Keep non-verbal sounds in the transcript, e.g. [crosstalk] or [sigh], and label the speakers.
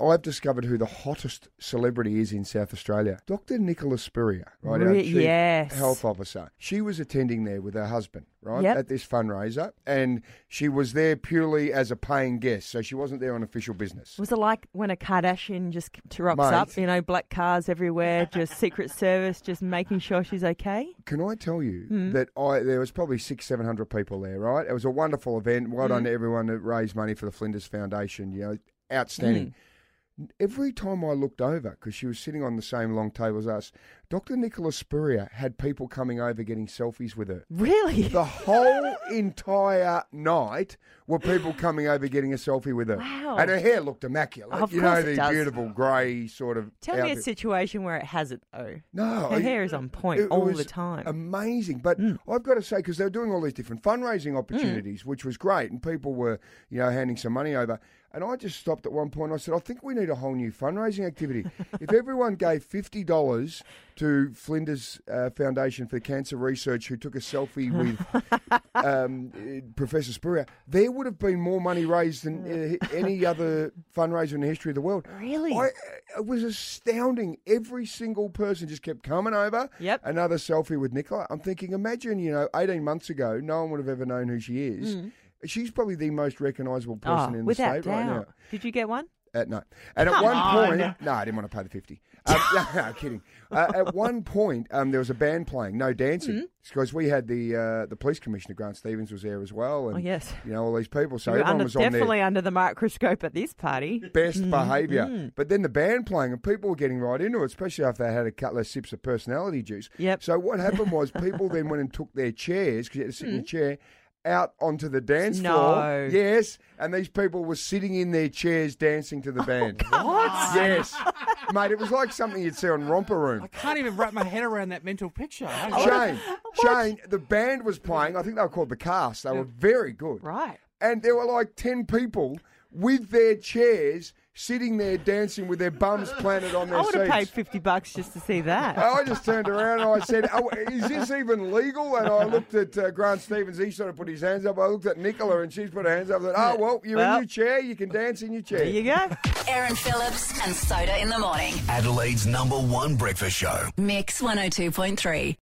Speaker 1: I've discovered who the hottest celebrity is in South Australia. Dr. Nicola Spurrier, right? our
Speaker 2: Re-
Speaker 1: Chief
Speaker 2: yes.
Speaker 1: Health Officer. She was attending there with her husband, right?
Speaker 2: Yep.
Speaker 1: At this fundraiser. And she was there purely as a paying guest. So she wasn't there on official business.
Speaker 2: Was it like when a Kardashian just rocks
Speaker 1: Mate.
Speaker 2: up, you know, black
Speaker 1: [laughs]
Speaker 2: cars everywhere, just Secret Service, just making sure she's okay?
Speaker 1: Can I tell you
Speaker 2: Hmm?
Speaker 1: that I there was probably six, seven hundred people there, right? It was a wonderful event. Well
Speaker 2: Hmm.
Speaker 1: done to everyone that raised money for the Flinders Foundation. You know, outstanding.
Speaker 2: Hmm.
Speaker 1: Every time I looked over, because she was sitting on the same long table as us, Dr. Nicola Spurrier had people coming over getting selfies with her.
Speaker 2: Really?
Speaker 1: The
Speaker 2: [laughs]
Speaker 1: whole entire night were people coming over getting a selfie with her.
Speaker 2: Wow.
Speaker 1: And her hair looked immaculate.
Speaker 2: Of
Speaker 1: you know,
Speaker 2: course it
Speaker 1: the
Speaker 2: does.
Speaker 1: beautiful grey sort of.
Speaker 2: Tell me a
Speaker 1: outfit.
Speaker 2: situation where it hasn't, though.
Speaker 1: No,
Speaker 2: Her
Speaker 1: I-
Speaker 2: hair is on point
Speaker 1: it
Speaker 2: all
Speaker 1: was
Speaker 2: the time. Mm.
Speaker 1: Amazing, but I've got to say because they were doing all these different fundraising opportunities, which was great, and people were you know handing some money over. And I just stopped at one point. and I said, I think we need a whole new fundraising
Speaker 2: [laughs]
Speaker 1: activity. if everyone gave fifty dollars to Flinders uh, Foundation for Cancer Research, who took a
Speaker 2: [laughs]
Speaker 1: selfie with um, uh, Professor Spurrier, there would have been more money raised than uh, any other fundraiser in the history of the world.
Speaker 2: Really?
Speaker 1: I, uh, it was astounding. Every single person just kept coming over.
Speaker 2: Yep.
Speaker 1: Another selfie with Nicola. I'm thinking, imagine, you know, 18 months ago, no one would have ever known who she is. She's probably the most recognisable
Speaker 2: Oh,
Speaker 1: person in the
Speaker 2: Mm. without
Speaker 1: state right now.
Speaker 2: doubt. Did you get one?
Speaker 1: Uh, no. And at
Speaker 2: Come
Speaker 1: one
Speaker 2: on.
Speaker 1: point, no, I didn't want to pay the 50. Um, [laughs] no, no, I'm kidding. Uh, at one point, um, there was a band playing, no
Speaker 2: Mm.
Speaker 1: dancing, because we had the uh, the police commissioner, Grant Stevens, was there as well. And,
Speaker 2: Oh, yes.
Speaker 1: You know, all these people. Um, So
Speaker 2: [laughs] You were
Speaker 1: everyone
Speaker 2: under,
Speaker 1: was on there
Speaker 2: definitely under the microscope at this party.
Speaker 1: best behaviour.
Speaker 2: mm-hmm.
Speaker 1: But then the band playing and people were getting right into it, especially after they had a couple of sips of personality juice.
Speaker 2: Yep.
Speaker 1: So
Speaker 2: [laughs]
Speaker 1: what happened was people then went and took their chairs because you had to sit in your chair. Out onto the dance
Speaker 2: Mm-hmm. No.
Speaker 1: floor. Yes. And these people were sitting in their chairs dancing
Speaker 2: Oh,
Speaker 1: to the
Speaker 2: [laughs]
Speaker 1: band. What? Yes. Mate, it was like something you'd see on Romper Room.
Speaker 2: [laughs]
Speaker 3: I can't even wrap my head around that mental picture.
Speaker 1: Shane, Shane, the band was playing. I think they were called The Cast. They were very good
Speaker 2: Right.
Speaker 1: and there were like 10 people with their chairs sitting there dancing with their bums planted on their
Speaker 2: I would have
Speaker 1: seats.
Speaker 2: paid 50 bucks just to
Speaker 1: [laughs]
Speaker 2: see that.
Speaker 1: I just turned around and I said, oh, "Is this even legal?" And I looked at uh, Grant Stevens. He sort of put his hands up. I looked at Nicola, and she's put her hands up. I thought, "Oh well, you're
Speaker 2: Well.
Speaker 1: in your chair. You can dance in your chair."
Speaker 2: There you go.
Speaker 4: Aaron Phillips and Soda in the morning. oh
Speaker 5: Adelaide's number one breakfast show.
Speaker 4: Mix 102.3.